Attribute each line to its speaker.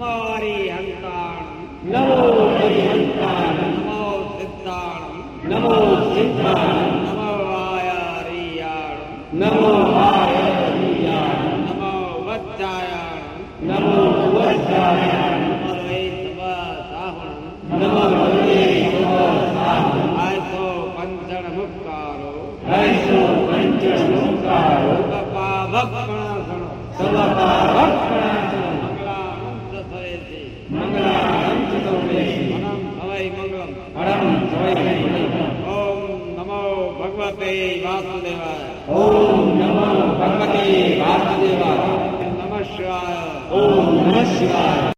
Speaker 1: તમારી હંતાણ
Speaker 2: નમો હરિહંકાર
Speaker 1: નમો સિદ્ધાણ
Speaker 2: નમો સિંહાર
Speaker 1: નમો આયારિયાણ
Speaker 2: નમો હાય હરિયા
Speaker 1: નમો વચ્ચાયાણ
Speaker 2: નમો વજ્રાય
Speaker 1: નમો સાહણ
Speaker 2: નમો હરે
Speaker 1: આસો પંચણ મુક્તારો
Speaker 2: હૈસો પંચમુકારો
Speaker 1: ઉપપા ભક્ષણાસણો
Speaker 2: સમપા ભક્ષણાસન
Speaker 1: મંગળાનંદ સવેસી
Speaker 2: મંગળાનંદ સૌને
Speaker 1: મનમ ભવૈ મંગલમ
Speaker 2: હરમ જય હરિ
Speaker 1: ઓમ નમો ભગવતે વાસુદેવાય
Speaker 2: ઓમ નમો ભગવતે વાસુદેવાય
Speaker 1: નમઃ શિવાય
Speaker 2: ઓમ નમઃ શિવાય